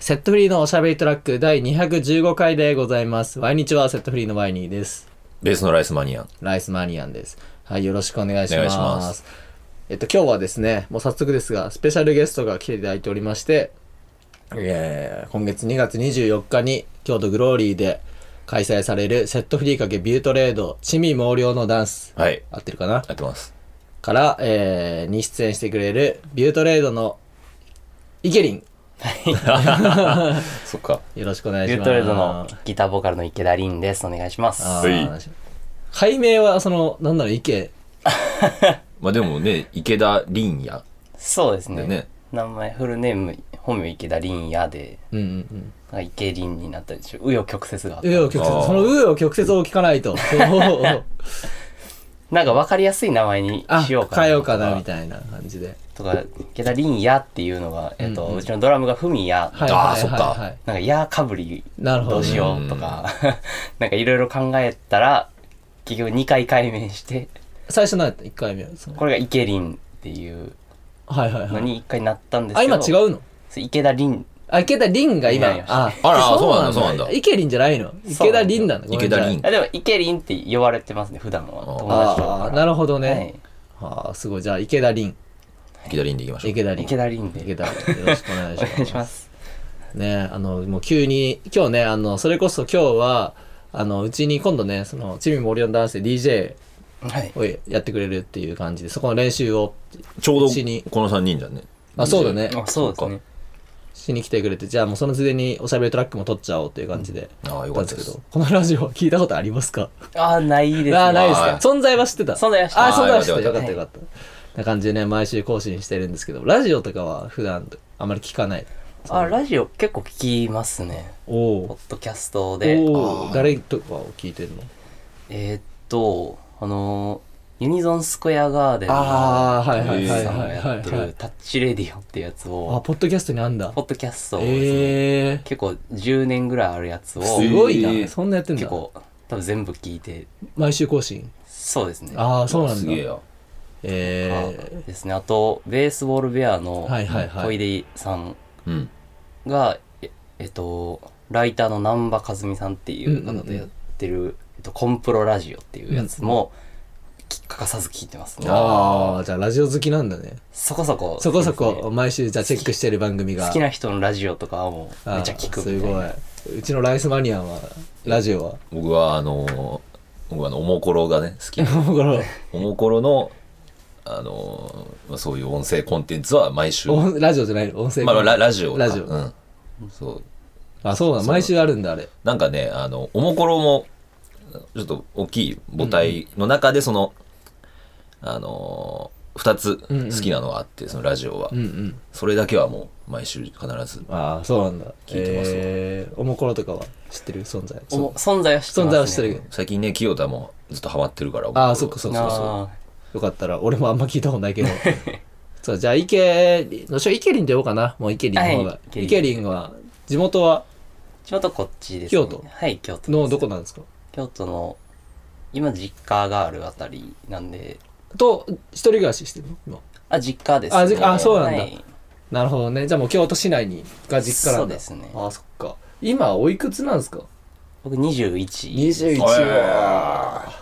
セットフリーのおしゃべりトラック第215回でございます。毎日はセットフリーのワイニーです。ベースのライスマニアン。ライスマニアンです。はい、よろしくお願いしお願まいす。しますえっと、今日はですね、もう早速ですが、スペシャルゲストが来ていただいておりまして、えー今月2月24日に京都グローリーで開催されるセットフリー掛けビュートレード、地味毛量のダンス、はい。合ってるかなやってます。から、えーに出演してくれるビュートレードのイケリン。そっか。よろしくお願いしビます。ュートレードのギターボーカルの池田凛です。お願いします。ああーは解明はそのなんだろう意見まあでもね、池田凛也そうですでねね。名前、フルネーム、本名池田凛也で、うんうんなんか池凛になったでしょ。紆余曲折があっうん。紆て。余曲あ折。ーその紆余曲折を聞かないと。そうなんか分かりやすい名前にあ、しようかな。変えようかなみたいな感じで。とか、池田凛也っていうのが、えっと、ううんうんちのドラムが文也。はいあーはいそっかはいはいなんか、やかぶりなるほどねどうしようとか、なんかいろいろ考えたら、結局2回解明して、最初何やった ?1 回目は。そのこれが池凛っていうはいはいのはい。に1回なったんですあ、けど、今違うのそう池田凛あ、池田凛が今いやいや。ああらあそうなんだそうなんだ池凛じゃないの。池田凛なんだ。そうなんだごめんなさい池田あでも、イケリンって呼ばれてますね、普段は。あー友達とかああ、なるほどどね。あーすごい。じゃあ、池田凛。池田凛でいきましょう。池田はい、凛。池田凛で。池田凛。よろしくお願いおします願いします。ねあのもう急に今日ねあのそれこそ今日はあのうちに今度ねそのチミモリオンダンスで DJ はい。をやってくれるっていう感じでそこの練習をちょううちにどこの3人じゃんね。あそうだねあ、そうですね。しに来てくれてじゃあもうそのついでにおしゃべりトラックも撮っちゃおうっていう感じで。ああ、やよっかたっんたでですけすど。このラジオ聞いたことありますかあー、ないです、ね。ああないですはかい存在は知ってた存在は知ってたああ存在は知ってたよよかかっったたよかったな感じでね毎週更新してるんですけどラジオとかは普段あまり聞かないあ、ラジオ結構聞きますね。おポおッドキャストで。おお誰とかを聞いてるのえーっと、あのー、ユニゾンスクエアガーデンのあーはいはいはいさんがはいはいやってるタッチレディオってやつあを、ポッドキャストにあんだポッドキャストをですね、ええ結構10年ぐらいあるやつを、すごいえな。ーそんなやってん結だ。構、多分全部聞いて、毎週更新。そうですね。ああ、そうなんすだげえ。や。えあですねあとベースボールベアのはいはいはい小出さんうん。が、ええっとライターの難波和美さんっていう方とやってる、えっと、コンプロラジオっていうやつも、き欠かさず聞いてますねー、ああ、じゃあラジオ好きなんだね。そこそこ、そこそそうですこね毎週じゃあチェックしてる番組が。好きな人のラジオとかはもうあーめっちゃ聞くみたいすなごい。うちのライスマニアンは、ラジオ は。僕は、あのー、僕はあの、おもころがね、 好き。このおもころの、あのー、まあそういう音声コンテンツは毎週。ま音ラジオじゃないの音声。あ、ララジオか。ラジオうん。そう。あ、そうなの。そう毎週あるんだ、あれ。なんかね、あの、おもころも、ちょっと大きい母体の中で、その、あのー、二つ好きなのがあって、そのラジオはうん。うん。それだけはもう、毎週必ず。ああ、そうなんだ。聞いてますわえーおもころとかは知ってる存在。おも存在は知って存ます、ね、在は知ってるけど。最近ね、清田もずっとハマってるから。あーそっかそっうかそうそそうあよかったら、俺もあんま聞いたことないけど。 そう、じゃあ、イケリン、どうしようイケリンって呼ぼうかな。もうイケリンの方がは。いイケリンは、地元は、ーちょうどこっちです、ね、京都はい京都ですのどこなんですか京都の今実家があるあたりなんでと、一人暮らししてるの今。あ、実家です、あ実家あそうなんだはいなるほどね。じゃあもう京都市内に、が実家なんだ。そうですねあ、そっか。今、おいくつなんですか僕21。 ?21 っ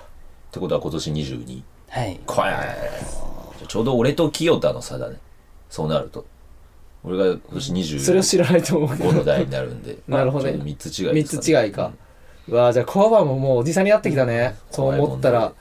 てことは今年22。はい。こいちょうど俺と清田の差だね。そうなると。俺が今年それを25知らないと思うけのど。。代になるんで なるほどね3つ違い三つ違いか。うわあじゃあ、コアバももうおじさんになってきたね。そう思ったら、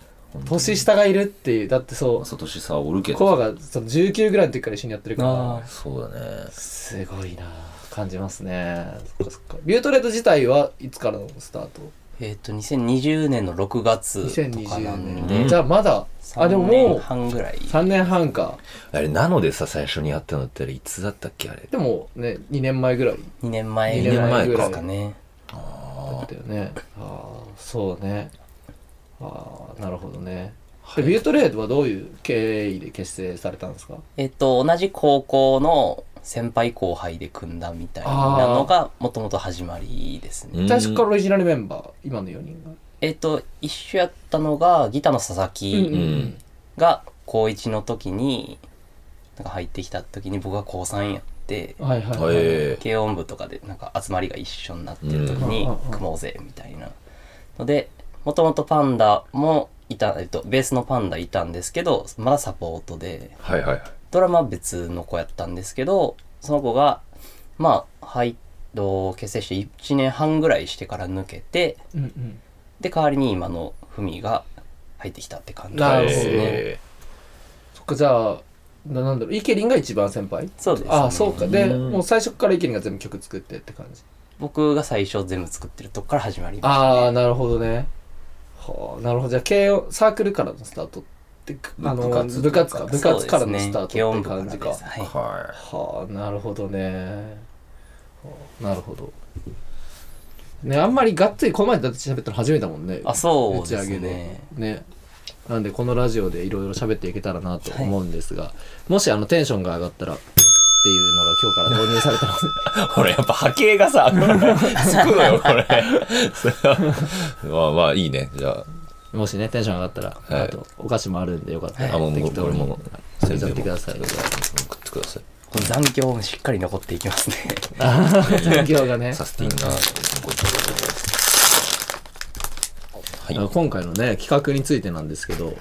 年下。下がいるっていう。だってそまあそう年差はおるけう、ど。コアがその19ぐらいの時から一緒にやってるからあ。そうだね。すごいな感じますねそっかそっかビュートレート自体はいつからのスタートえっ、と、2020年の6月とか2020な年、んで、じゃあまだあでも3も年う半ぐらい。 3年半かあれ、なのでさ、最初にやったのってあれいつだったっけあれ。でもね2年前ぐらい2年前二ぐ年ら前いぐでらいすかね。だったよねああそうねああなるほどね、はいでビュートレートはどういう経緯で結成されたんですかえっ、と、同じ高校の先輩後輩で組んだみたいなのが、もともと始まりですね。うん最初からオリジナルメンバー今の4人がえっ、と、一緒やったのが、ギターの佐々うん木うん。が高1の時に、なんか入ってきた時に僕が高3やってはいはいはい、へえ軽音部とかでなんか集まりが一緒になってる時うにんうんうん組もうぜみたいなのでもともとパンダもいた、えっと、ベースのパンダいたんですけどまだサポートではいはいはい。ドラマは別の子やったんですけどその子がまあはい結成して1年半ぐらいしてから抜けてうんうんで代わりに今のフミが入ってきたって感じなるでほどすね。えそっかじゃあななんだろうイケリンが一番先輩そうです、ね、ああそうかでうんもう最初からイケリンが全部曲作ってって感じ僕が最初全部作ってるとこから始まりました、ね、ああなるほどねはあなるほどじゃあ軽音サークルからのスタートってあの部部活活か部活からのスタートって感じかそうですね軽音部らですはいははあなるほどね、はあなるほどねあんまりがっつりこの前だって喋ったの初めてだもんねあそうで打ちす上げねねなんでこのラジオでいろいろ喋っていけたらなと思うんですが、もしあのテンションが上がったらっていうのが今日から導入されたのでい。これやっぱ波形 がさ、つくのよ、これ。 まあまあいいね。じゃあ、もしね、テンション上がったら、はいあと、お菓子もあるんで、よかったら、あもう適当にもうもう食べちゃってください。送ってください。この残響もしっかり残っていきますね 残業がね、サスティンなごちそうさまであのす。今回のね、企画についてなんですけど、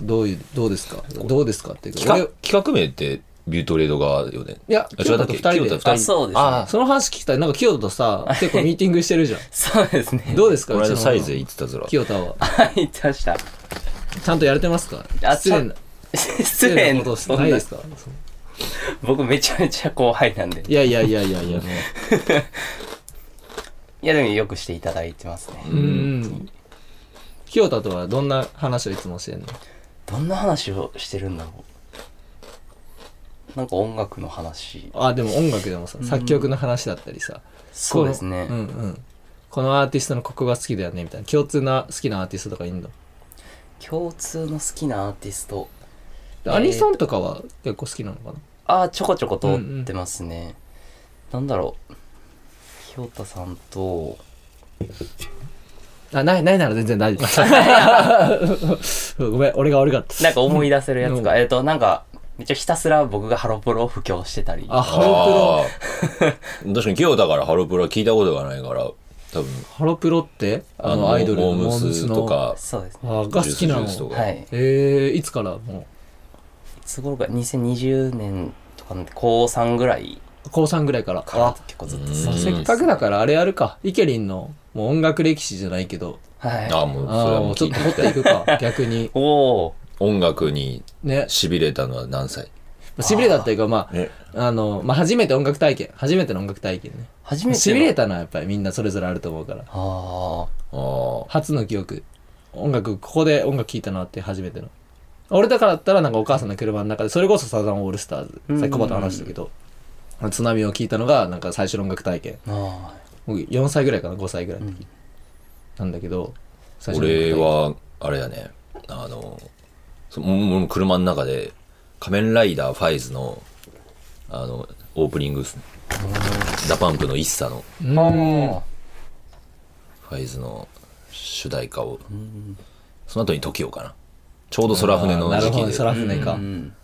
どういう、どうですかどうですかっていうか企画俺企画名ってビュートレード側よね。いや、あ清違田ったとっ二け人で清田と二人あそうですねあその話聞きたい。なんか清田とさ、 結構ミーティングしてるじゃん。 そうですねどうですかこのうち間のサイズで言ってたずら。清田は。入ってましたちゃんとやれてますかあ失礼な、失失礼礼ななことしてないですか僕めちゃめちゃ後輩なんでいやいやいやいや いや、もいやでもよくしていただいてますねう。うん。清田とはどんな話をいつもしてんのどんな話をしてるんだろうなんか音楽の話あでも音楽でもさ作曲の話だったりさ、そうですねこのうんうんこのアーティストのここが好きだよねみたいな共通な好きなアーティストとかいんの共通の好きなアーティストでアニソンとかは結構好きなのかな、ああちょこちょこ通ってますね、なんだろう清田さんとあないないなら全然大丈 夫ごめん俺が悪かったなんか思い出せるやつか、うんえっ、となんかめっちゃひたすら僕がハロプロを布教してたりあハロあー確かに清田からハロプロは聞いたことがないから、多分、プロハロプロってあのアイドルのモームスとか、そうですねモームスのあが好きなジュースジュースとのかはいいえー、いつからもつ頃か2020年とかなんて高3ぐらいう高3ぐらいからから結構ずっと好きですうんせっかくだからあれやるかイケリンのもう音楽歴史じゃないけどはいああ、もう、そあれはあももううち聞ょいってと掘ったみていいくか逆におお音楽にね痺れたのは何歳しびれたっていうかまあねあの、まあ、初めて音楽体験、初めての音楽体験ね。初めてしびれたたのはやっぱりみんなそれぞれあると思うから。あああ。初の記憶。音楽、ここで音楽聴いたなって初めての。俺だからだったらなんかお母さんの車の中で、それこそサザンオールスターうんズ、さっきコバと話したけど、津波を聴いたのがなんか最初の音楽体験。ーあ僕4歳ぐらいかな、5歳ぐらいー、うのん時、なんだけど、最初の音楽体俺験。は、あれだね、あの、そもうもう車の中で、仮面ライダーファイズの、あの、オープニングですね。ダパンプの一茶のうん。ファイズの主題歌を、その後に TOKIO かな。ちょうど空船のあーなる時ほ期ど、で空だっ船うか。ん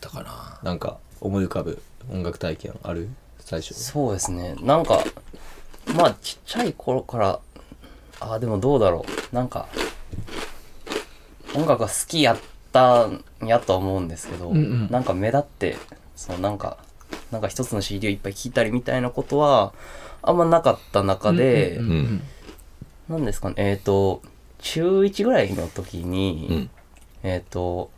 たかな。なんか、思い浮かぶ音楽体験ある最初。そうですねなんかまあちっちゃい頃からああでもどうだろうなんか音楽が好きやったんやとは思うんですけど、うんうんなんか目立ってそのなんかなんか一つの CD をいっぱい聴いたりみたいなことはあんまなかった中で、うんううんん。なんですかねえっ、と中1ぐらいの時に、うん。えっ、と、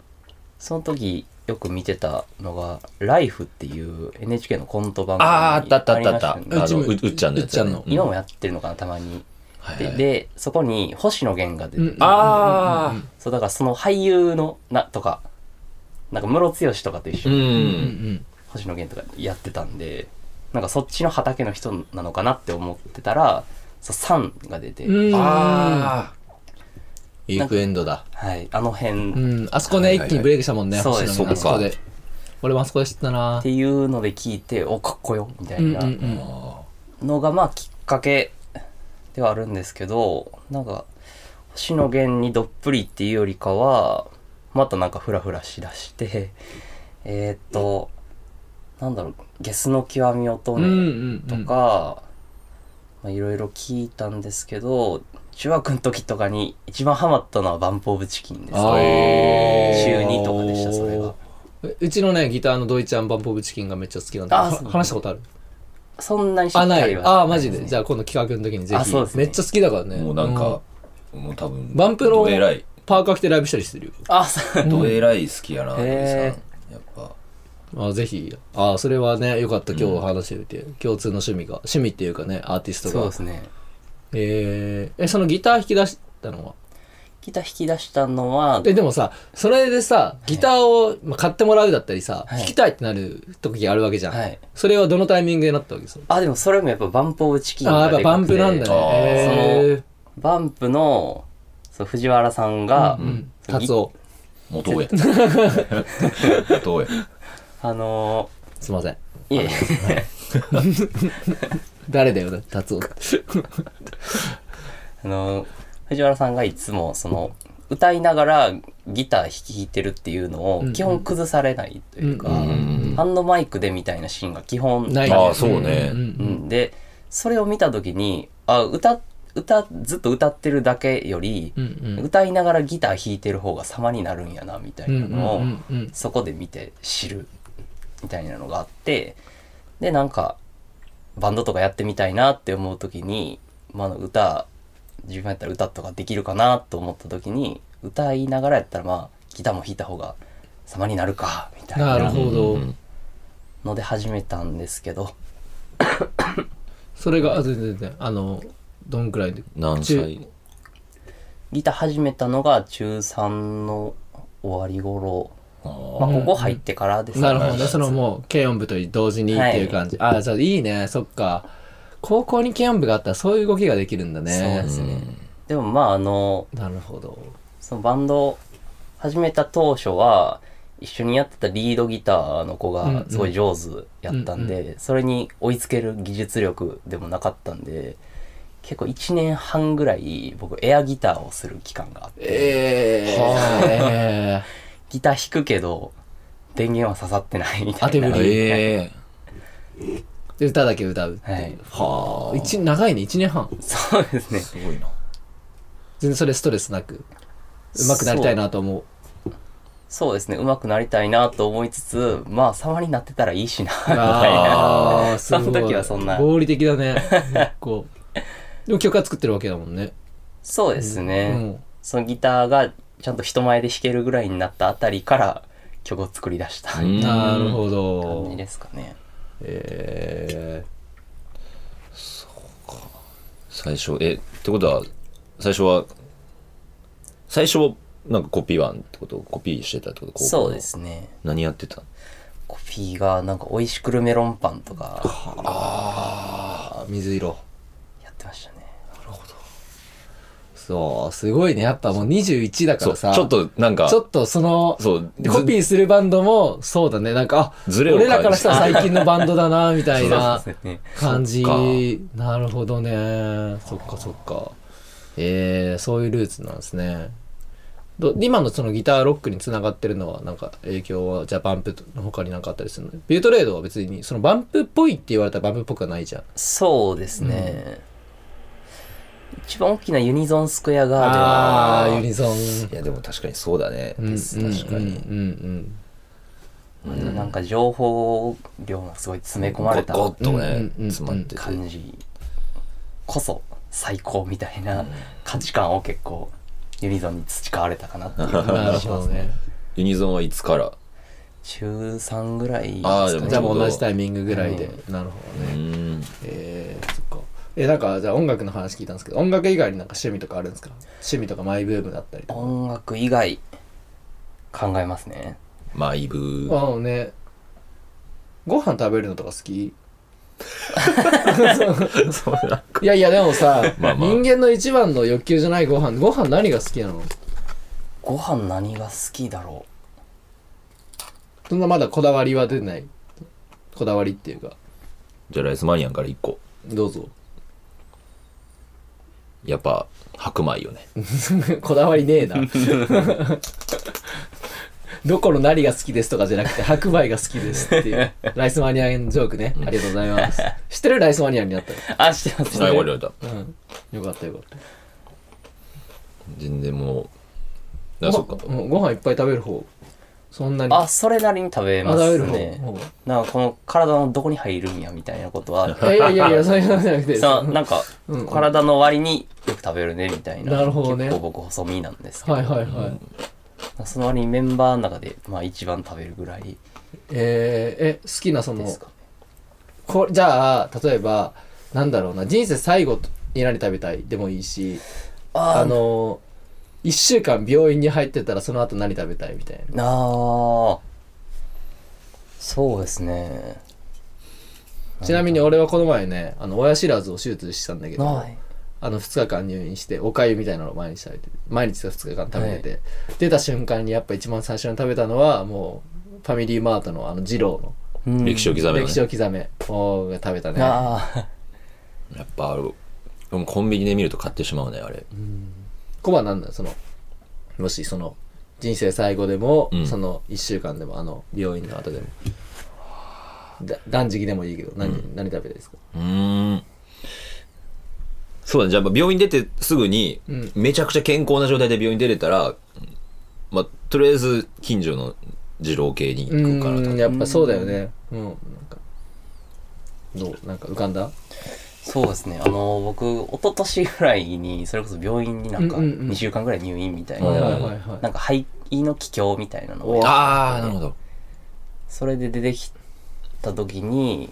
その時よく見てたのが、ライフっていう NHK のコント番組ああ、あったあったあったあった。ありましたよねうちものううっちゃんのやつだね。うっちゃんのう今もやってるのかな、たまに。はいで、はいでそこに星野源が出て、うんあそう、だからその俳優の、な、とか、なんかムロツヨシとかと一あ、う。緒うにんうんん。星野源とかやってたんで、なんかそっちの畑の人なのかなって思ってたら、そう、サンが出て、うんああ。ウィークエンドだ。はい、あの辺うっん、あそこね、はいはいは一気いにブレイクしたもんね、そうです星野源そうかあそこで。俺もあそこで知ったなて。いうので聞いて、お、かっこよ、みたいな。うんうんうんのがまあきっかけではあるんですけどなんか星野源にどっぷりっていう よりかはまたなんかフラフラしだしてえーっとなんだろう、ゲスの極み乙うん女うとんうん。か、まあいろいろ聞いたんですけど、中学の時とかに一番ハマったのはバンプオブチキンですあーね。週2とかでした、それが。えうちのね、ギターのドイちゃんバンポブチキンがめっちゃ好きなんで、あはそう話したことあるそんなにしっかあ、りはない。あー、マジで。じゃゃあ今度企画の時にぜあひそうで。すねめっちゃ好きだからね。もうなんうか、もう多分、バンプロどえらい、パーカー着てライブしたりしてるよ。あ、そう。どえらい好きやな、へー土井さんやっぱ。あぜひ。あそれはね、よかった。今日話してみて。共通の趣味が。趣味っていうかね、アーティストそうがで。すね。えー、え、そのギター弾き出したのはギター引き出したのは、え、でもさ、それでさ、ギターをまあ買ってもらうだったりさ、はい弾きたいってなる時があるわけじゃん。はい。それはどのタイミングでなったわけですかあ、でもそれもやっぱバンプオブチキンあがーやっでぱバかンくてプなんだあね。えーバンプの、そう藤原さんが、うん。カツオ。元へ。元へ。あのすいません。ー、いえ、誰だよね、カツオ。あのー、藤原さんがいつも、その、歌いながらギター弾き弾いてるっていうのうんうをん基本崩されないというか、うんうんハンドマイクでみたいなシーンが基本ないあーそうねううんん、でそれを見た時にあ歌歌ずっと歌ってるだけよりう、んうん。うん歌いながらギター弾いてる方が様になるんやなみたいなのを、うんうんうんそこで見て知るみたいなのがあってでなんかバンドとかやってみたいなって思う時に、まあ、歌自分やったら歌とかできるかなと思った時に歌いながらやったらまあギターも弾いた方が様になるかみたいなるなほど。うんので始めたんですけどそれが、あ全然全然。あの、どんくらいで。何歳ギター始めたのが中3の終わり頃あまあーここ入ってからですねなるほどね。そのもう、軽音部と同時にっていう感じ。ああ、じゃあいいね。そっか。高校に軽音部があったらそういう動きができるんだね。そうでうすんでもまああのなるほど。そのバンドを始めた当初は一緒にやってたリードギターのう子んうがんすごい上手やったんで、それに追いつける技術力でもなかったんで結構1年半ぐらい僕エアギターをする期間があってえー、えギター弾くけど電源は刺さってないみ当たいなて振りええ。ー で歌だけ歌うっていう。はいはあ。一長いね。一年半。そうですねすごいな。全然それストレスなく。上手くなりたいなと思う。そうですね、上手くなりたいなと思いつつ、まあ、様になってたらいいしな、みたいな。ああ、すごい。その時はそんな合理的だね。結構。でも曲は作ってるわけだもんね。そうですね、うんそのギターがちゃんと人前で弾けるぐらいになったあたりから曲を作り出したう感んなるほじど。ですかね。えー最初、え、ってことは、最初は、最初は、なんかコピーワンってことコピーしてたってことそうで。すね。何やってたコピーがなんか美味しくるメロンパンとかあ水色。やってましたね。そう、すごいね。やっぱもう21だかそらう、ちさ。ょっ、と、なんかち、ょっとその、そう、コピーするバンドも、そうだね。なんか、あ、ずれを俺感じらからしたら最近のバンドだな、みたいなそうですね。感じそっか。なるほどね。そっかそっか。えー、そういうルーツなんですね。ど今のそのギターロックにつながってるのは、なんか影響は、じゃあバンプの他になんかあったりするのビュートレードは別に、そのバンプっぽいって言われたらバンプっぽくはないじゃん。そうですね。一番大きなユニゾンスクエアガーデンあはー、ユニゾンい。や、でも確かにそうだね。ですうん確かにうんうんなんか情報量がすごい詰め込まれたゴッとうんねうんうんう、ん詰まってて。感じこそ最高みたいな価値観を結構ユニゾンに培われたかなってい ううんな感るじしほまどすねね。ユニゾンはいつから中3ぐらいですあかーでねもじゃあもう同じタイミングぐらいで、なるほどね、うーん。えー、そっかえなんかじゃあ音楽の話聞いたんですけど音楽以外になんか趣味とかあるんですか趣味とかマイブームだったりとか音楽以外考えますねマイブー。あのねご飯食べるのとか好きいやいやでもさ まあまあ人間の一番の欲求じゃないご飯ご飯何が好きなのご飯何が好きだろそんなまだこだわりは出てないこだわりっていうかじゃあライスマニアンから一個。どうぞ やっぱ、白米よね。こだわりねえな どこの何が好きですとかじゃなくて、白米が好きですって いう、ライスマニアンジョークね。ありがとうございます。知ってるライスマニアンになったあ、してます最後に言われた。の。うん。よかったよかった。全然もう、あ、そっか。ご飯うんご飯いっぱい食べる方、そんなに。あ、それなりに食べまあ食べする方ね。なんかこの体のどこに入るんやみたいなことはうん いやいや いや、そういうのじゃなくて。さなんかうん体の割によく食べるねみたいななるほどね結構僕細身なんですけど、はいはいはい。その割にメンバーの中で、まあ、一番食べるぐらいえーえ、好きなそでのす、かねこじゃあ、例えば、なんだろうな、人生最後に何食べたいでもいいし、ああの、1週間病院に入ってたらその後何食べたいみたいな。なあそうですねちなみに俺はこの前ね、あの親知らずを手術したんだけど、はいあの2日間入院して、おかゆみたいなのを毎日食べて、毎日2日間食べてて、出た瞬間にやっぱ一番最初に食べたのは、もう、ファミリーマートのあの二郎うん歴史を刻のめる歴史ね。を刻めを食べたね。ああやっぱ、あれでもコンビニで見ると買ってしまうね、あれ。コバなんだよそのもしその人生最後でも、うんその1週間でもあの病院の後でもだ断食でもいいけど何,、何食べたいですかうーん。そうだね。じゃあ、病院出てすぐにうん、めちゃくちゃ健康な状態で病院出れたら、まあ、とりあえず、近所の二郎系に行うくかーんらやっぱそうだよねうんなんかどうなんか浮かんだそうですねあの僕一昨年ぐらいにそれこそ病院になんかうんうんうん2週間ぐらい入院みたいはいなはいはいはなんか肺の気胸みたいなのをやっああ、なるほど。それで出てきた時に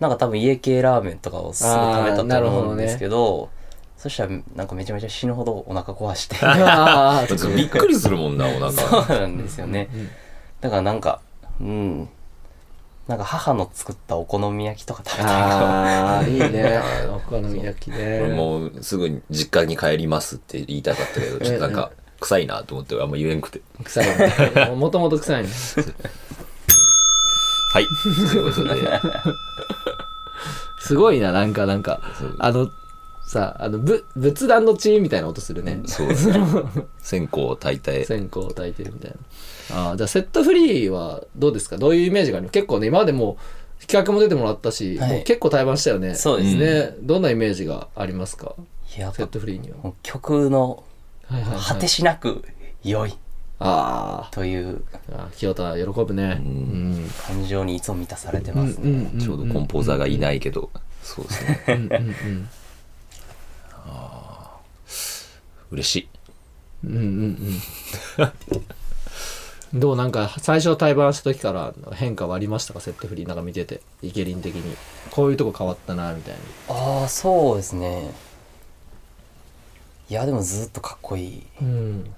なんか多分家系ラーメンとかをすぐ食べたと思うんですけどそしたらなんかめちゃめちゃ死ぬほどお腹壊して そあーびっくりするもんな、お腹。 うなんですよねだからなんかうんなんか母の作ったお好み焼きとか食べたいかあーいいね お好み焼きね俺もうすぐに実家に帰りますって言いたかったけど、ちょっとなんか、臭いなと思って、あんま言えんくて。臭いねもともと臭いねはい。ということで、すごいななんかなんかそうあのさあのぶ仏壇の血みたいな音するね、そうですね。線香を炊い て、線香を焚いてるみたいなあーじゃあセットフリーはどうですかどういうイメージがあるの結構ね今までもう企画も出てもらったし、はいもう結構対バンしたよねそうですねね、どんなイメージがありますからやっセッぱトフリーには、もう曲のはいはいは果いてしなく良いあというーあー清田喜ぶねううんん感情にいつも満たされてますね、ちょうどコンポーザーがいないけど、そうですね。うんうんうん嬉しい。うんうんうん どうなんか最初対バンした時から変化はありましたかセットフリーなんか見ててイケリン的にこういうとこ変わったなみたいなああそうですねいやでもずっとかっこいいうん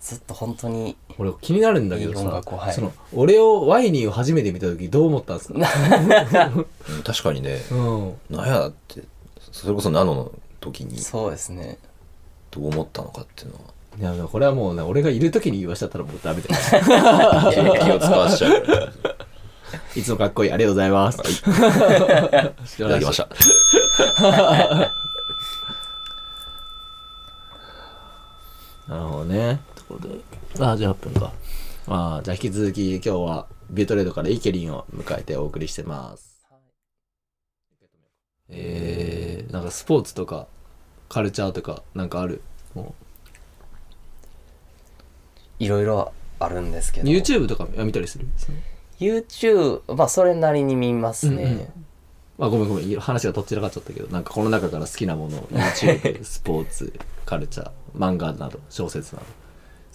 ずっと本当に俺気になるんだけどいい音さ楽をはいその俺をワイニーを初めて見た時どう思ったんですか、うん確かにね、うん、なんやって、それこそナノの時にそうですねどう思ったのかっていうのは、いやこれはもうね俺がいる時に言わしちゃったらもうダメだよ 気を気を使わしちゃうから。いいつもかっこいいありがとうございますい ただきました。なるほどね。ということで。ああ、18分か。まあ、じゃあ引き続き今日はビュートレードからイケリンを迎えてお送りしてます。えー、なんかスポーツとかカルチャーとかなんかあるもいろいろあるんですけうど YouTube とか見たりする YouTube まあそれなりに見ますね、うんうんまあごめんごめん話がとっちらかっちゃったけどなんかこの中から好きなものを YouTube スポーツカルチャー漫画など小説など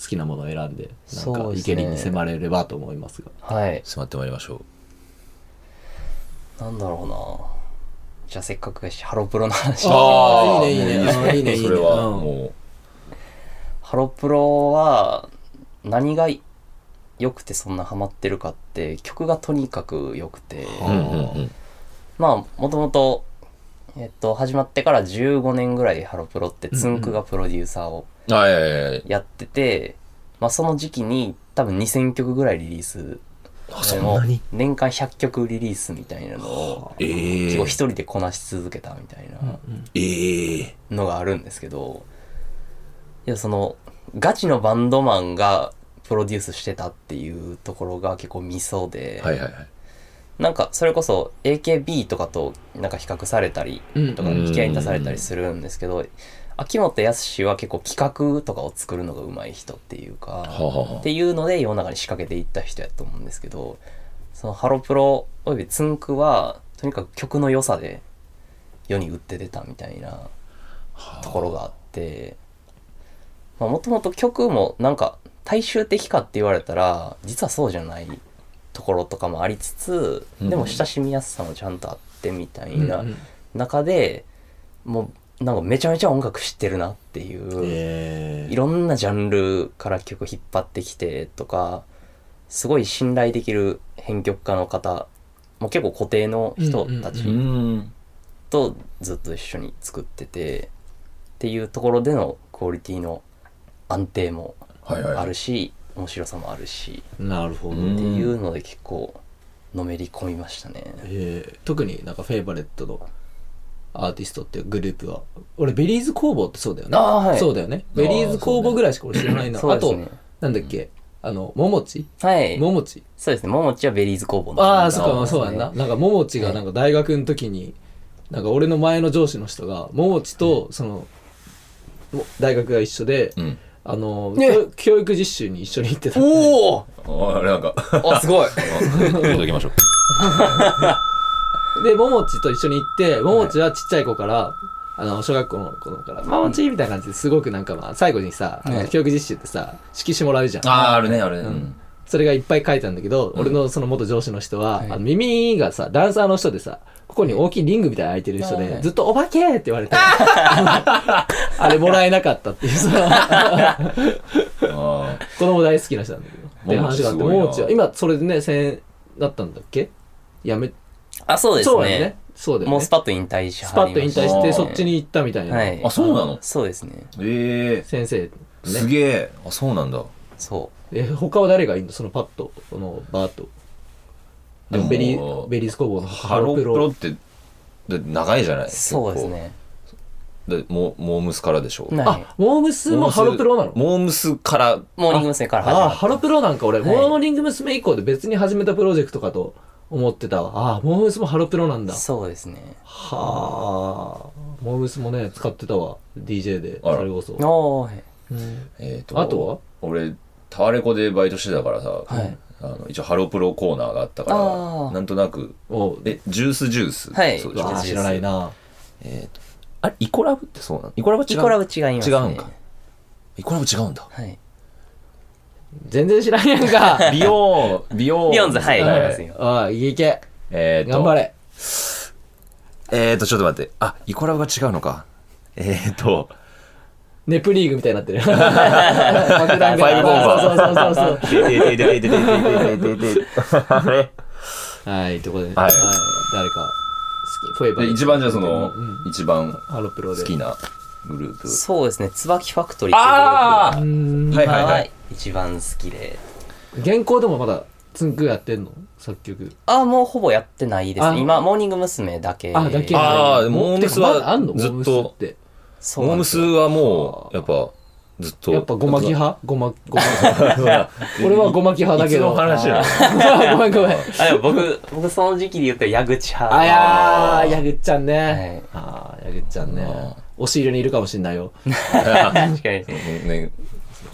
好きなものを選んでなんそかうでイすねケリンに迫れればと思いますがはい迫ってまいりましょう。なんだろうなじゃあせっかくやしハロプロの話あーあーいいねいいねもうあーいいねいいねそれはうんもハロプロは何が良くてそんなハマってるかって曲がとにかく良くてう、うんうんうん。まあもともとえっと始まってから15年ぐらいハロプロってつんくがプロデューサーをあいやいやいややってて、まあ、その時期に多分2000曲ぐらいリリースあそんなに年間100曲リリースみたいなのをえ結構ー、一人でこなし続けたみたいなえー、のがあるんですけどいやそのガチのバンドマンがプロデュースしてたっていうところが結構ミソで、はいはいはい。なんかそれこそ AKB とかとなんか比較されたりうんとか引き合いに出されたりするんですけど秋元康は結構企画とかを作るのが上手い人っていうはあはかあはっていうので世の中に仕掛けていった人やと思うんですけどそのハロプロおよびつんくはとにかく曲の良さで世に売って出たみたいなあところがあってもともと曲もなんか大衆的かって言われたら実はそうじゃないところとかもありつつうんでも親しみやすさもちゃんとあってみたいなうんうん中でもうなんかめちゃめちゃ音楽知ってるなっていうえいろんなジャンルから曲引っ張ってきてとかすごい信頼できる編曲家の方もう結構固定の人たうちーん。とずっと一緒に作っててっていうところでのクオリティの安定もはいはい。あるし面白さもあるしーなるほど、うんっていうので結構のめり込みましたねえー特になんかフェイバレットのアーティストっていうグループは俺ベリーズ工房ってそうだよねあーはいそうだよねベリーズ工房ぐらいしか俺知らないな、そあうですと、ねなんだっけあのももちはいももちそうですねももちはベリーズ工房のああそメっンバーかそうやんななんかももちがなんか大学の時になんか俺の前の上司の人がももちとそのも大学が一緒でうん。あのね教教育実習に一緒に行ってたおおああ、なんか、あすごい入れときましょう。で、ももちと一緒に行って、ももちはちっちゃい子から、あの、小学校の子供から、ももちみたいな感じですごくなんかまあ、最後にさ、あのはい教育実習ってさ、色紙もらうじゃん。ああ、あるね、あるね。うんそれがいっぱい書いたんだけど、俺のその元上司の人は、はいあの耳がさ、ダンサーの人でさ、ここに大きいリングみたいなの開いてる人で、ずっとお化けって言われて、あれもらえなかったっていう、その、あ子供大好きな人なんだけど。っていう話があって、ももももちすちごは、いな今それでね、1000円だったんだっけやめ、 あそうですそうだよねね。そうだよね。もうスパッと引退しスはパりッと引ました退ねしてそっちに行ったみたいな、はいあ、そうなのそうですねええ。先生、ね、すげえ。あ、そうなんだ。そえ他は誰がいるのそのパッとこのバーッとでもベリでもーベリーズ工房のハロプロって、だって長いじゃないうそうです。ね結構でモモームスからでしょ。はいあモームスもハロプロなのモームスから、モーニング娘。から始まあっあたハロプロなんか俺、はいモーニング娘。以降で別に始めたプロジェクトかと思ってたわああモームスもハロプロなんだはそうですねあモームスもね使ってたわ DJ であらそれこそ、おーはいうんえっと、あとは俺、タワレコでバイトしてたからさ、はいあの一応ハロプロコーナーがあったかあら、ーなんとなく、おうえ、ジュースジュースはいそううでしょわあ知らないなえっと、あれ、イコラブってそうなのイコラブ違うイコラブ違いますね違うんか。イコラブ違うんだ。はい全然知らんやんか ビヨーン、ビヨーン。ビヨーンズはいはわかりますいよああいけいけえっと、頑張。れえっと、ちょっと待って。あ、イコラブが違うのか。えっと、ネプリーグみたいにな ってる。爆弾ファイブボンバー。そうそうそうでででででででででであれそう。はい、ということで、 はい誰か、好き、フォーエバーで一番じゃあそのうん、一番ハロプロ好で。きなグループ。そうですね椿ファクトリーっていうグループがうーんああはいは今いははい一番好きで。現行でもまだ、つんくやってんの作曲。ああ、もうほぼやってないですあね。今、モーニング娘。だけ。あ、だけ。あーもうモームスてかはまだあんのずっとモームスって。そうモーなんでムすスよはもう、やっぱ、ずっと。やっぱご まき派ごま、ごま。俺俺はごまき派だけど。いつの話なごのめんごめん。あ、でも僕、僕その時期で言ったら矢口派。あやー、やぐっちゃんはねい。あー、やぐっちゃんねあ。押し入れにいるかもしんないよ。確かに。ね、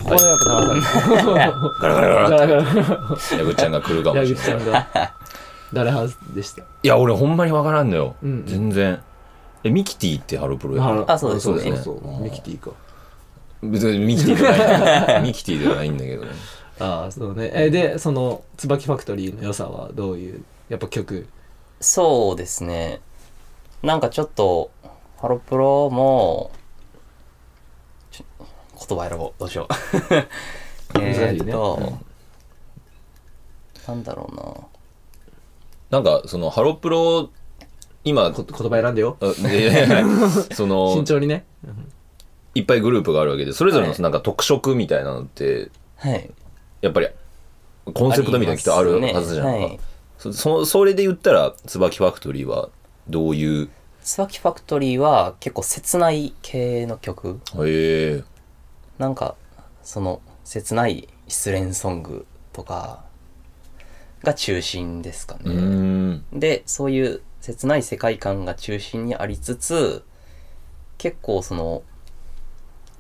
ここでやっぱ流される。ガラガラガラだってからだから 矢口ちゃんが来るかも矢しれ口ない。さんが誰派でしたいや、俺ほんまにわからんのよ。うん全然。え、ミキティってハロプロやったあそうですそうですそうですねミキティか別にミキティじゃない。 ミキティではないんだけどね。ああそうねえでその椿ファクトリーの良さはどういうやっぱ曲そうですね。なんかちょっと、ハロプロも、ちょ言葉選ぼう。どうし よう。難しいねえーっと、なんだろうなんか、その、ハロプロ、今、こ言葉選んでよあでその慎、重にねいっぱいグループがあるわけで、それぞれのはいなんか特色みたいなのって、な。はい。やっぱり、コンセプトみたいなのきっとあるはずじゃありんかますねはい。そそそれで言ったら、椿ファクトリーは、どういう、椿ファクトリーは結構切ない系の曲。へえなんかその切ない失恋ソングとかが中心ですかね。うん。でそういう切ない世界観が中心にありつつ結構その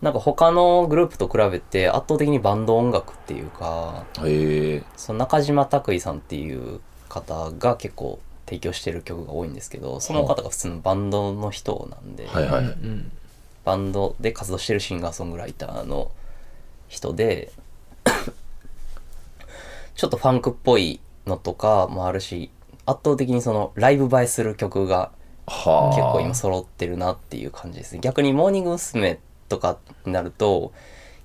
なんか他のグループと比べて圧倒的にバンド音楽っていうかへえ。その中島拓衣さんっていう方が結構提供してる曲が多いんですけどその方が普通のバンドの人なんで、はいはい。うんバンドで活動してるシンガーソングライターの人で ちょっとファンクっぽいのとかもあるし圧倒的にそのライブ映えする曲がはあ。結構今揃ってるなっていう感じですね逆にモーニング娘。とかになると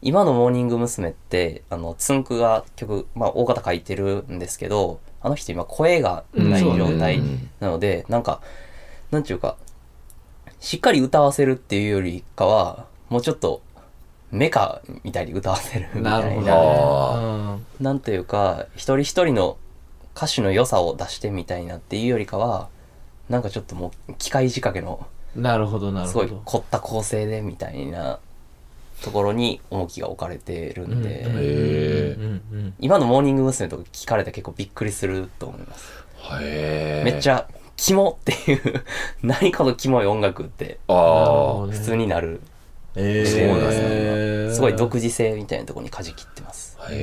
今のモーニング娘。ってあのつんくが曲、まあ、大方書いてるんですけどあの人今声がないうんそう状態うんなので、なんかなんていうかしっかり歌わせるっていうよりかはもうちょっとメカみたいに歌わせるみなたるいほなどね。なんというか一人一人の歌手の良さを出してみたいなっていうよりかはなんかちょっともう機械仕掛けのうんなるほど、なるすごほいど。凝った構成でみたいなところに重きが置かれてるんで、うんうんへーうんうん今の「モーニング娘。」とか聞かれたら結構びっくりすると思います、へえ。めっちゃ。ゃ「キモ」っていう何このキモい音楽ってあなるほどあ。ね普通になる、えそうなんーすごい独自性みたいなところにかじきってますなるへ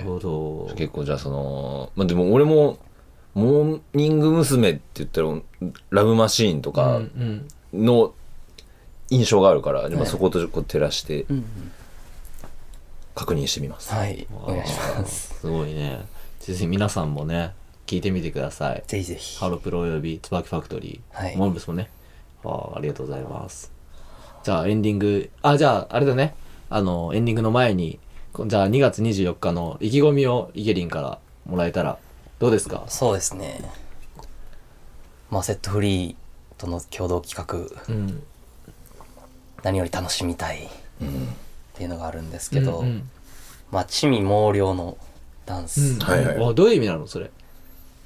え。ほど。結構じゃあその、まあでも俺も、モーニング娘。って言ったら、ラブマシーンとかうんうんの印象があるから、今はいそことこう照らしてうんうん確認してみます。はいお願いしますすごいね。ぜひ皆さんもね、聞いてみてください。ぜひぜひハロプロおよび椿ファクトリー、はいモンブスもねあー。ありがとうございます。じゃあエンディング、あ、じゃああれだね、あの、エンディングの前に、こじゃあ2月24日の意気込みをイゲリンからもらえたらどうですかそうですねまあセットフリーとの共同企画うん。何より楽しみたいっていうのがあるんですけど、うんうんまあ地味猛量のダンス、うんはいはいおどういう意味なのそれ。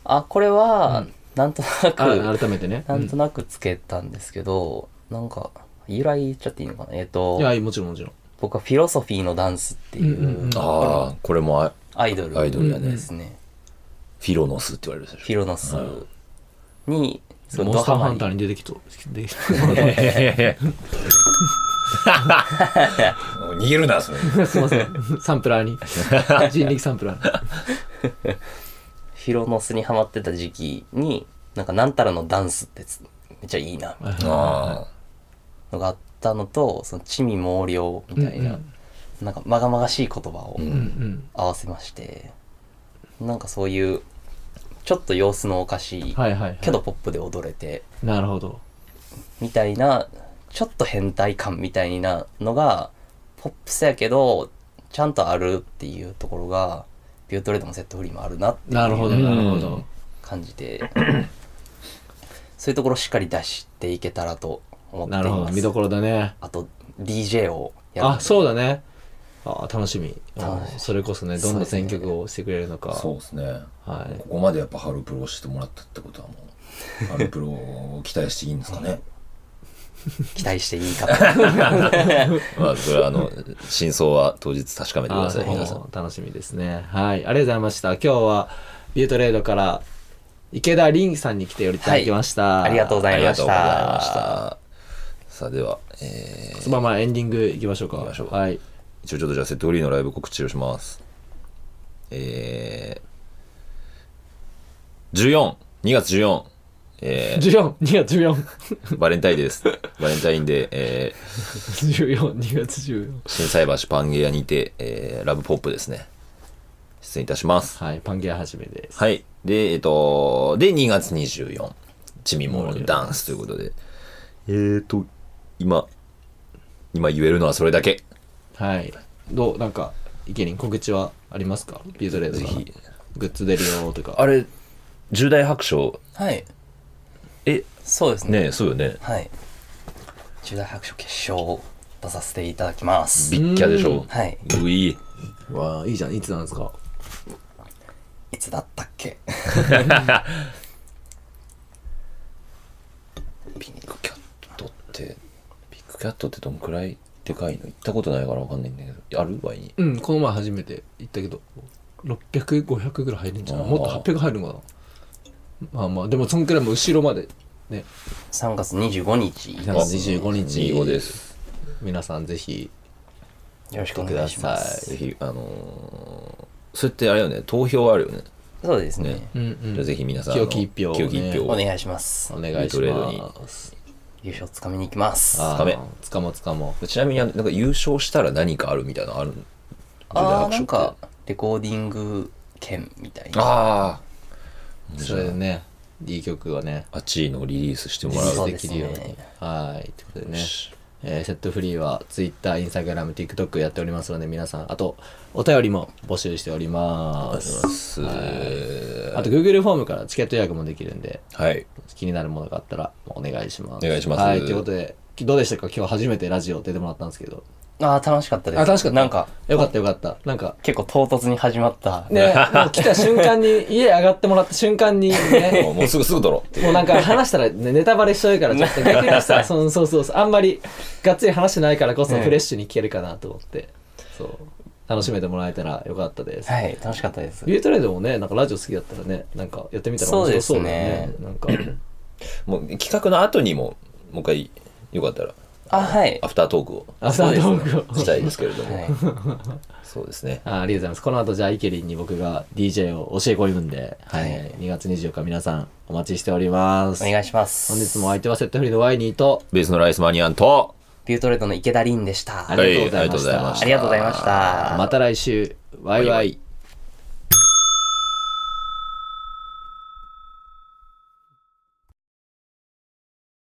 あこれは、うんなんとなくあ改めてね。なんとななくつけたんですけど、なんか由来言っちゃっていいのかなえっ、といや、もちろんもちろん。僕はフィロソフィーのダンスっていうんうんうんうああ、これもあアイドルアイドルやねですね、フィロノスって言われるでフしィロノスにすごいモンスターハンりターに出てきと。出てきとょ。いやいやいや逃げるな、それ。すいません。サンプラーに。 人力サンプラーフィロノスにハマってた時期になんかなんたらのダンスってつめっちゃいいなみたいなに。あのがあったのとその地味猛量みたいな、うんなんかまがまがしい言葉をうんうん。合わせまして、なんかそういうちょっと様子のおかしい、はいはいはい。けどポップで踊れてなるほど。みたいなちょっと変態感みたいなのがポップスやけどちゃんとあるっていうところがビュートレードもセットフリーもあるなってなるほど、うんなるほど。感じてそういうところをしっかり出していけたらと思っていなるほど。ま見すどころだね。あと DJ をやるあ、そうだね。あ楽しみ。楽しみそれこそね、どんな選曲をしてくれるのあ、か。そうですね。はい。ここまでやっぱハルプロをしてもらったってことはもう、ハルプロを期待していいんですかね。期待していいか とまあ、それはあの、真相は当日確かめてくあださい、皆さん。そう楽しみですね。はい。ありがとうございました。今日は、ビュートレードから、池田凛さんに来ておりいただきました。ありがとうござあいりまがとうしございましたた。さあ、では、えーまあまあエンディングいきましょうか。行きましょうはい。一応ちょっとじゃあセットフリーのライブ告知をします。えー、14、2月14、え14、2月14。ー、バレンタインデーです。バレンタインデー、えー、 14、2月14。震災橋パンゲアにて、えー、ラブポップですね。出演いたします。はい。パンゲアはじめです。はい。で、えっと、で、2月24、チミモールダンスということで、えーと、今、今言えるのはそれだけ。はい。どう、なんか、池林告知はありますかビュートレードぜからひ。グッズ出るよとか。あれ、重大白書、はいえ、そうですねねえ、そうよね。はい重大白書決勝出させていただきますビッキャでしょ。はいうい。わあいいじゃんいつなんですかいつだったっけビッグキャットって、ビッグキャットってどんくらいでかいの行ったことないからわかんないんだけどある場合にうん、この前初めて行ったけど、600、500ぐらい入るんじゃないあーもっと800入るのかなまあまあ、でもそんくらいもう後ろまで、ね、 3月25日3月25日。 25です。皆さんぜひ、よろしくお願いしまはすぜひあのーそれってあれよね投票あるよね、そうですねねうんうじゃあぜひ皆さん清き一票をね清き一票お願いしますお願いしトレードにます。優勝つかみに行きますあーつつかかめもうつかもう。ちなみにあのなんか優勝したら何かあるみたいなのあるあーなんかレコーディング券みたいなあそれでね、いい曲をね、ああっちのリリースしてもらうそうでですきねるように。はい。ということでねよ。しえーセットフリーは Twitter、Instagram、TikTok やっておりますので皆さん、あとお便りも募集しておりまありがとうすご。ざいますはあと Google フォームからチケット予約もできるんで、い気になるものがあったらお願いします。お願いしますはい、ということで、どうでしたか今日初めてラジオ出てもらったんですけど。あー楽しかったですあ楽しかったなんかよかったよかった。なんか、結構唐突に始まった、 ね、もう来た瞬間に、家上がってもらった瞬間にもね、 うもうすぐす ぐ取ろうもうなんか話したら、ね、ネタバレしちゃうから、ちょっと逆に さ、そうそうそうそう、あんまりがっつり話してないからこそねフレッシュに聞けるかなと思って、そう、楽しめてもらえたらよかったです。はい楽しかったですビュートレードもね、なんかラジオ好きだったらね、なんかやってみたら面白そうだよねそうで。すなんか、もう企画の後にももう一回よかったらあはいアフタートークをアフタートークを。したいですけれども、はいそうですねあありがとうございます。この後、じゃあ、イケリンに僕が DJ を教え込むんで、はい。はい2月24日、皆さん、お待ちしております。お願いします本日もお相手はセットフリーのワイニーと、ベースのライスマニアンとビュートレードの池田凛でしたありがとうございまはいありがとうございまししたたありがとうございましたまた来週、ワイワイ。